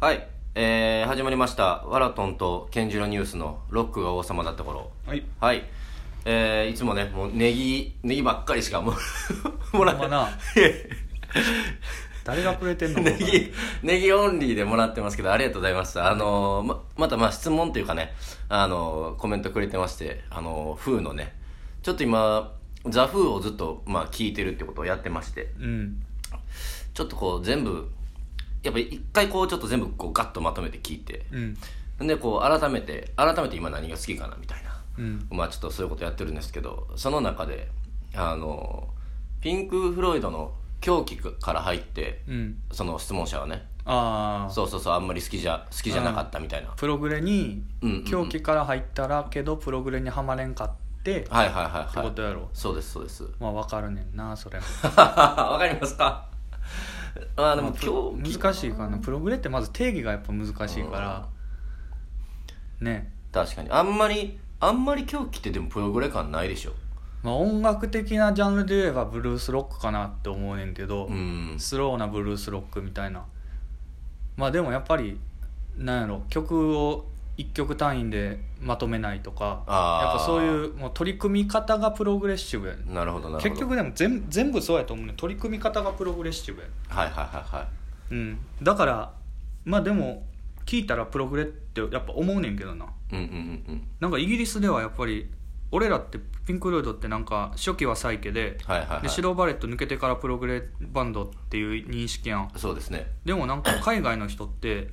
はい、えー、始まりました「ワラトンとケンジロニュース」の「ロックが王様だった頃はい」はいえー、いつもねもうネギネギばっかりしかもう もらってほんまな誰がくれてん のネギネギオンリーでもらってますけどありがとうございましたあのーままたまあ質問というかねあのーコメントくれてましてあのーフーのねちょっと今ザ・フーをずっとまあ聞いてるってことをやってましてうんちょっとこう全部やっぱり一回こうちょっと全部こうガッとまとめて聞いてうんでこう改めて改めて今何が好きかなみたいなうんまあちょっとそういうことやってるんですけどその中であのピンク・フロイドの狂気から入ってうんその質問者はねああそうそうそうあんまり好きじゃ好きじゃなかったみたいなプログレにうんうんうん狂気から入ったらけどプログレにはまれんかってってはいはいはいはこいとやろそうですそうです まあわかるねんなそれもわかりますかまあでも狂気難しいからなプログレってまず定義がやっぱ難しいからね確かにあんまりあんまり狂気ってでもプログレ感ないでしょまあ音楽的なジャンルで言えばブルースロックかなって思うねんけどうんスローなブルースロックみたいなまあでもやっぱりなんやろ曲を1曲単位でまとめないとかあーやっぱそういうもう取り組み方がプログレッシブやねなるほどなるほど結局でも全全部そうやと思うねん取り組み方がプログレッシブやねはいはいはいはいうんだからまあでも聞いたらプログレってやっぱ思うねんけどなうんうんうんうんなんかイギリスではやっぱり俺らってピンク・ロイドってなんか初期はサイケではいはいはいでシローバレット抜けてからプログレバンドっていう認識やんそうですねでもなんか海外の人って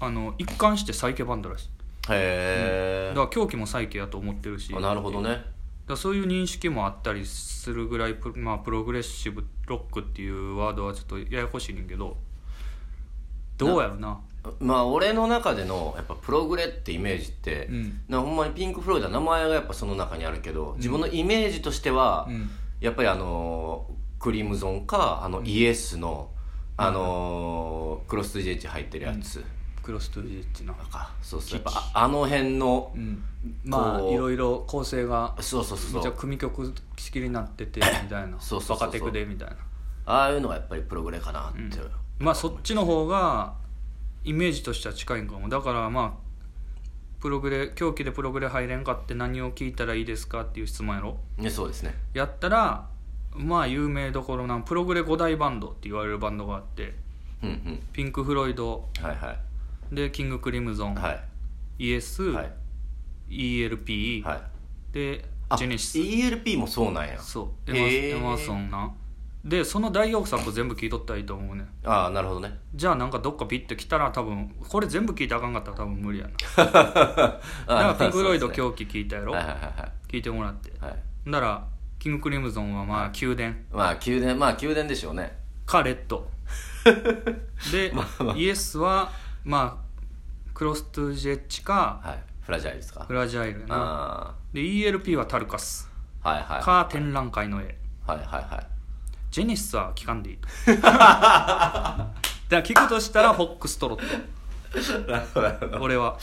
あの一貫してサイケバンドらしいへえ、だから狂気もサイケやと思ってるしあなるほどだかねらそういう認識もあったりするぐらいプ,、まあ、プログレッシブロックっていうワードはちょっとややこしいねんけどどうやろなまあ俺の中でのやっぱプログレってイメージって、うんなほんまにピンク・フロイドは名前がやっぱその中にあるけど自分のイメージとしては、うんやっぱりあのークリムゾンかあのイエスの、あのークロス GH 入ってるやつ、クロス・トゥ・ジッチなかそうそうやっぱああの辺の、うんまあこういろいろ構成がそうそうめそうっちそゃう組曲仕切りになっててみたいなそうそうそうそうバカテクでみたいなああいうのがやっぱりプログレかなって、まあそっちの方がイメージとしては近いんかもだからまあプログレ狂気でプログレ入れんかって何を聞いたらいいですかっていう質問やろねそうですねやったらまあ有名どころなプログレ5大バンドって言われるバンドがあってうんうんピンク・フロイドはいはいでキング・クリムゾン、はイエス、いはい、 ELP、はい、であジェネシス ELP もそうなんやそうエマ,、へーエマーソンなでその代表作全部聞いとったらいいと思うねああなるほど ねじゃあなんかどっかビッて来たら多分これ全部聞いてあかんかったら多分無理やなだからピンク・フロイド日狂気聞いたやろ、はいはいは聞いてもらっていはい、はい、ならキング・クリムゾンはまあ宮殿まあ宮殿まあ宮殿でしょうねかレッ ドで、イエスはまあクロス・トゥ・ジェッチかはいフラジャイルですかフラジャイルやなあで ELP はタルカスあはいはいか展覧会の絵はいはいはいジェネシスは聞かんでいいだから聞くとしたらフォックストロット俺は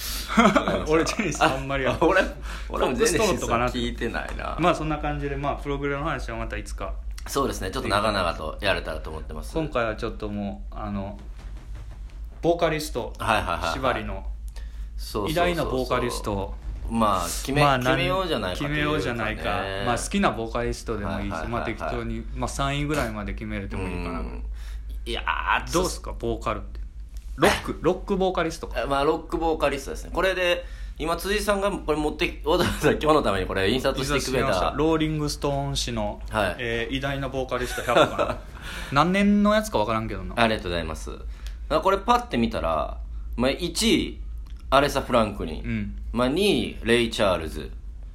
俺ジェネシスあんまりやあ俺俺もフォジッェクスネトロシッストかなは聞いてないな、まあそんな感じでまあプログラムの話はまたいつかそうですねちょっと長々とやれたらと思ってます今回はちょっともうあのボーカリストはいはいはいはい縛りのそうそうそうそう偉大なボーカリストをまあ決め,、なん決めようじゃないかと決うめようじゃないかねまあ好きなボーカリストでもいいはいはしいはいはいまあ適当にまあ3位ぐらいまで決めれてもいいかなうんいやーどうすかボーカルってロッ クロックボーカリストかえまあ、ロックボーカリストですねこれで今辻さんがこれ持ってきわざわざ今日のためにこれ印刷してくれいざ知りましたローリング・ストーン氏の、はいえー偉大なボーカリスト100か な何年のやつか分からんけどなありがとうございますあこれパッて見たら、まあ、1位アレサ・フランクリン、うんまあ、2位レイ・チャールズ、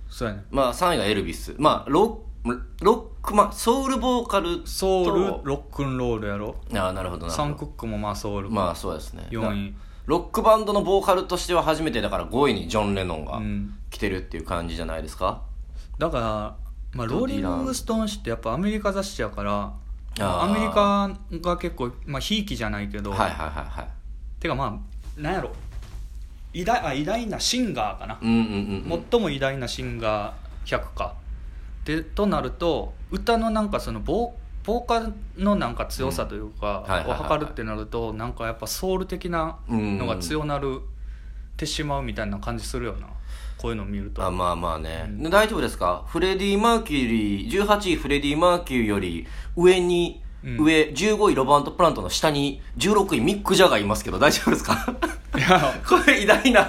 そうやねまあ、3位がエルビスまあロッロック、まあ、ソウルボーカルとソウルロックンロールやろああなるほどなるサほンどクックもまあソウル、まあそうですね四位だロックバンドのボーカルとしては初めてだから5位にジョン・レノンがうん来てるっていう感じじゃないですか、だから、まあ、ローリング・ストーン誌ってやっぱアメリカ雑誌やからあーアメリカが結構まあひいきじゃないけど、はいはいはいはいてかまあなんやろ偉大あ偉大なシンガーかなうんうんうんうん最も偉大なシンガー100かでとなると歌のなんかそのボーボーカルのなんか強さというかうんはいはいはいはいを測るってなるとなんかやっぱソウル的なのが強なるってしまうみたいな感じするよなこういうのを見るとあまあまあね、うんで大丈夫ですかフレディ・マーキュリー18位フレディ・マーキュリーより上に、うん上15位ロバート・プラントの下に16位ミック・ジャガーいますけど大丈夫です かいやこれ偉大な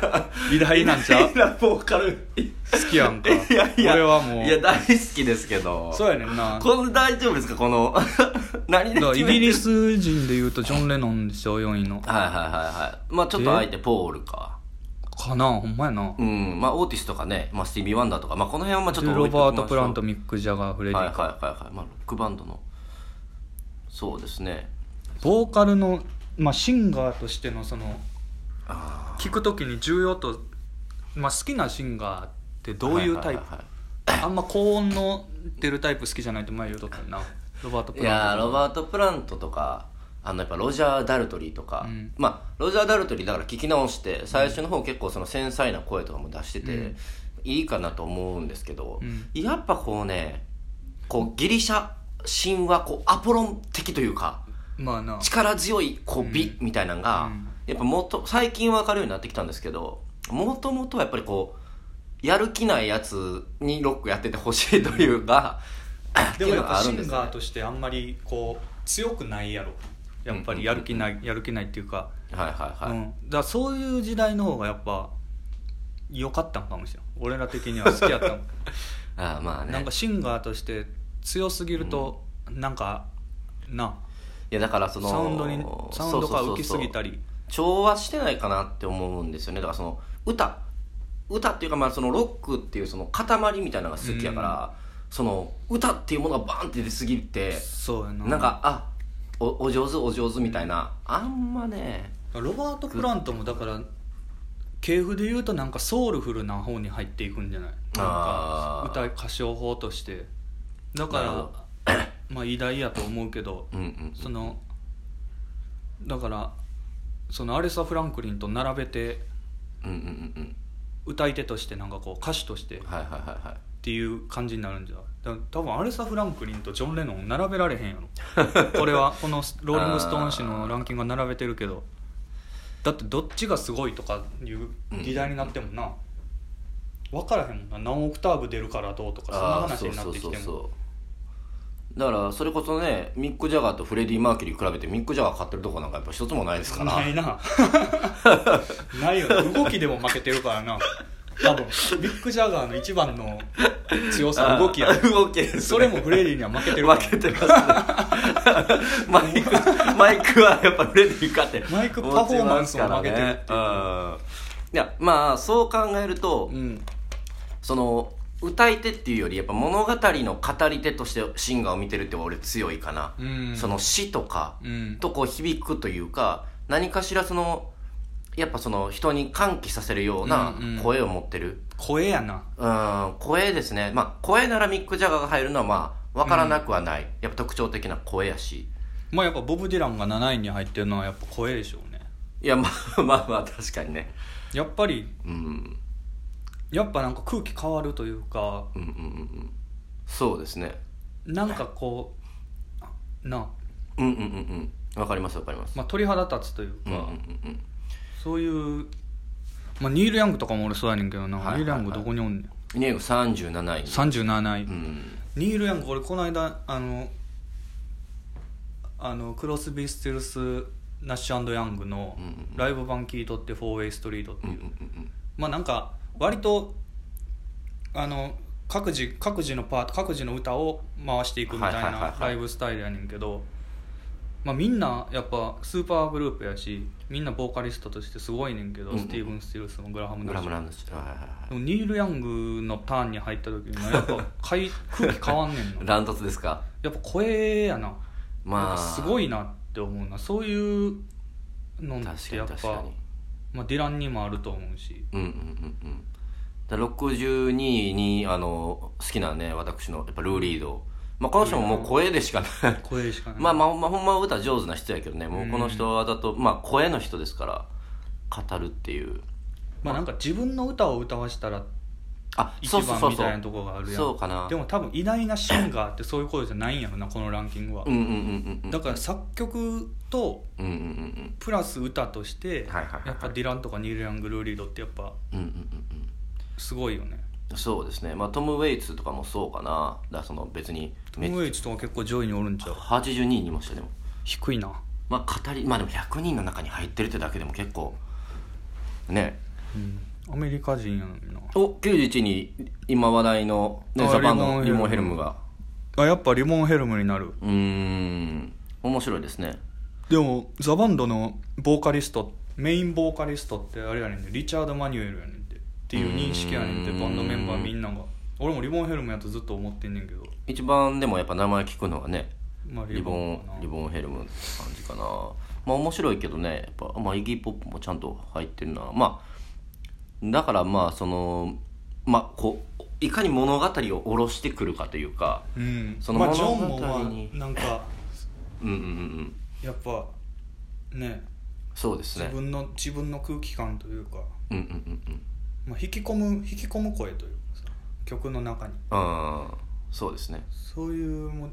偉大なんちゃう偉大なボーカルい好きやんかや いや俺はもういや大好きですけどそうやねんなこん大丈夫ですかこの 何でだからイ決めてギリス人でいうとジョン・レノンですよ4位のはいはいはいはいまあちょっとあえてポールかかなほんまやなうんまあオーティスとかね、まあ、スティービー・ワンダーとかまあこの辺はまあちょっでとロ置いときましバょうート・プラントミック・ジャガーフレディ、はいはいはいはい、まあ、ロックバンドのそうですねボーカルの、まあ、シンガーとしてのそのあ聞くときに重要と、まあ、好きなシンガーってどういうタはいイプ、はいはいはいあんま高音の出るタイプ好きじゃないって前言うとったよなロバート・プいやラーントロバート・プラントとかあのやっぱロジャー・ダルトリーとか、うんまあロジャー・ダルトリーだから聞き直して最初の方結構その繊細な声とかも出してて、うんいいかなと思うんですけど、うんやっぱこうねこうギリシャ神話こうアポロン的というかまあな力強いこう美みたいなのが、うんやっぱもっと最近分かるようになってきたんですけどもともとはやっぱりこうやる気ないやつにロックやっててほしいというか、でもやっぱっシていンうのがあるガーんでとしてあんまりこう強くないやろやっぱりやる気ない、やる気ないっていうか、すねはいはいはい、うん、だからそういう時代の方がやっぱ良かったんかもしれん俺ら的には好きやったんああまあねなんかシンガーとして強すぎると、なんかないやだからそのサウンドにサウンドが浮きすぎたりり調和してないかなって思うんですよねだからその歌歌っていうかまあそのロックっていうその塊みたいなのが好きやから、その歌っていうものがバーンって出すぎてそうやななんかあおお上手お上手みたいなあんまねロバート・プラントもだから系譜で言うとなんかソウルフルな方に入っていくんじゃないなんかあー歌歌唱法としてだなるほどからまあ偉大やと思うけどうんうんそのだからそのアレサ・フランクリンと並べてうんうんうん歌い手としてなんかこう歌手としてっうんはいはいはいはいていう感じになるんじゃないだから多分アレサ・フランクリンとジョン・レノン並べられへんやろ これはこのローリング・ストーン誌のランキングが並べてるけどだってどっちがすごいとかいう議題になってもな分からへんもんな何オクターブ出るからどうとかそんなああ話になってきてもうだからそれこそねミック・ジャガーとフレディ・マーキュリー比べてミック・ジャガー勝ってるとこなんかやっぱ一つもないですからない なないよね動きでも負けてるからな多分ビッグジャガーの一番の強さあー動きやね動きですねそれもフレディには負けてるから負けてますねマイクマイクはやっぱフレディ勝ってマイクパフォーマンスも負けてるっていう持ちますからねうんいやまあそう考えると、うんその歌い手っていうよりやっぱ物語の語り手としてシンガーを見てるって俺強いかな、うんその詩とかうんとこう響くというか何かしらそのやっぱその人に歓喜させるようなうんうん声を持ってる、声やなうん声ですね、まあ、声ならミック・ジャガーが入るのはまあ分からなくはない、やっぱ特徴的な声やしまあやっぱボブ・ディランが7位に入ってるのはやっぱ声でしょうねいやまあ まあまあ確かにね、やっぱりうん、やっぱなんか空気変わるというかうんうんうんうんそうですねなんかこうなうんうんうんうん分かります分かります、まあ鳥肌立つというか、うんうんうんそういう、まあ、ニール・ヤングとかも俺そうやねんけどな、はいはいはいニール・ヤングどこにおんねんうんニエゴ37位37位、うんニール・ヤング俺この間あのあのクロスビー・スティルスナッシュヤングのうんうんうんライブ版聞いとって「フォーウェイ・ストリート」ってうんいうう、んうんまあなんか割とあの各自各自のパート各自の歌を回していくみたいはいはいはいなはいライブスタイルやねんけど、まあ、みんなやっぱスーパーグループやしみんなボーカリストとしてすごいねんけど、うんうんスティーブン・スティルスもグラハうム・んナグッラシムュもランド氏はいはいはでもニール・ヤングのターンに入った時にやっぱかい空気変わんねん いなラントツですかやっぱ声やな,、まあすごいなって思うなそういうの確かってにやっ確かぱに、まあ、ディランにもあると思うしうんうんうんうんだから62位にあの好きなね私のやっぱルー・リード、まあ、この人ももう声でしかない 声しかないまあまあ、まあ、ほんまは歌上手な人やけどねもうこの人はだと、まあ声の人ですから語るっていうまあなんか自分の歌を歌わしたらあ一そうそうそう番みそうたいなところがあるやんそうかなでも多分偉大なシンガーってそういうことじゃないんやろなこのランキングは、うんうんうんうんだから作曲とうんうんうんうんプラス歌として、はいはいはいはいやっぱディランとかニール・ヤング・ルーリードってやっぱうんうんうんうんすごいよねそうですね、まあ、トム・ウェイツとかもそうかなだからその別にトめム・ウェイツとか結構上位におるんちゃう82人いましたよでも低いなまあ語りまあでも100人の中に入ってるってだけでも結構ねうんアメリカ人やのになお91に今話題の、ね、あザ・バンドリリモモンン・ヘヘルルムムがあやっぱリモンヘルムになるうーん面白いですねでもザ・バンドのボーカリストメインボーカリストってあれやねんでリチャード・マニュエルやねんでっていう認識やねんでうーんバンドメンバーみんなが俺もリボンヘルムやとずっと思ってんねんけど、一番でもやっぱ名前聞くのはねまあ、リボンかなリボンヘルムって感じかなまあ面白いけどねやっぱ、まあ、イギー・ポップもちゃんと入ってるなまあだからまあそのまあこういかに物語を下ろしてくるかというかうんそのまあ、ジョンも物語まにあなんかうんうんうんうんやっぱねそうです自ね分の自分の空気感というか、うんうんうんうんまあ、引き込む引き込む声というかさ曲の中にああそうですねそういうも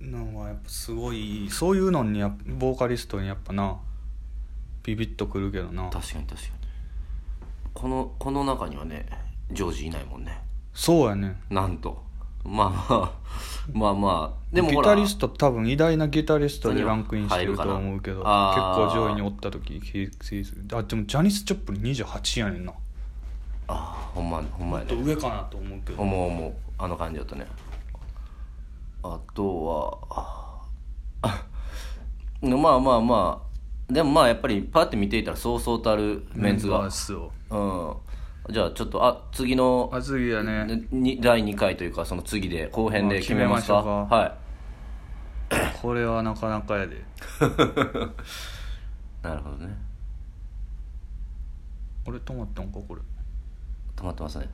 のはやっぱすごいそういうのにやっぱボーカリストにやっぱなビビッとくるけどな確かに確かにこのこの中にはねジョージいないもんねそうやねなんとまあまあまあまあでもギほらタリスト多分偉大なギタリストでランクインしてると思うけ入ど結るかなあー構上位におった時気気するあでもジャニス・チョップリン28やねんなああほんまほんまもやっとね上かなと思うけど思う思うあの感じだったねあとは あのまあまあまあでもまあやっぱりパッて見ていたらそうそうたるメンツメがバー数をうんじゃあちょっとあ次のあ次やねに第2回というかその次で後編で決めますか,、まあ決めまはしょうかこれはなかなかや でいなるほどね俺止まったんかこれ止まってますね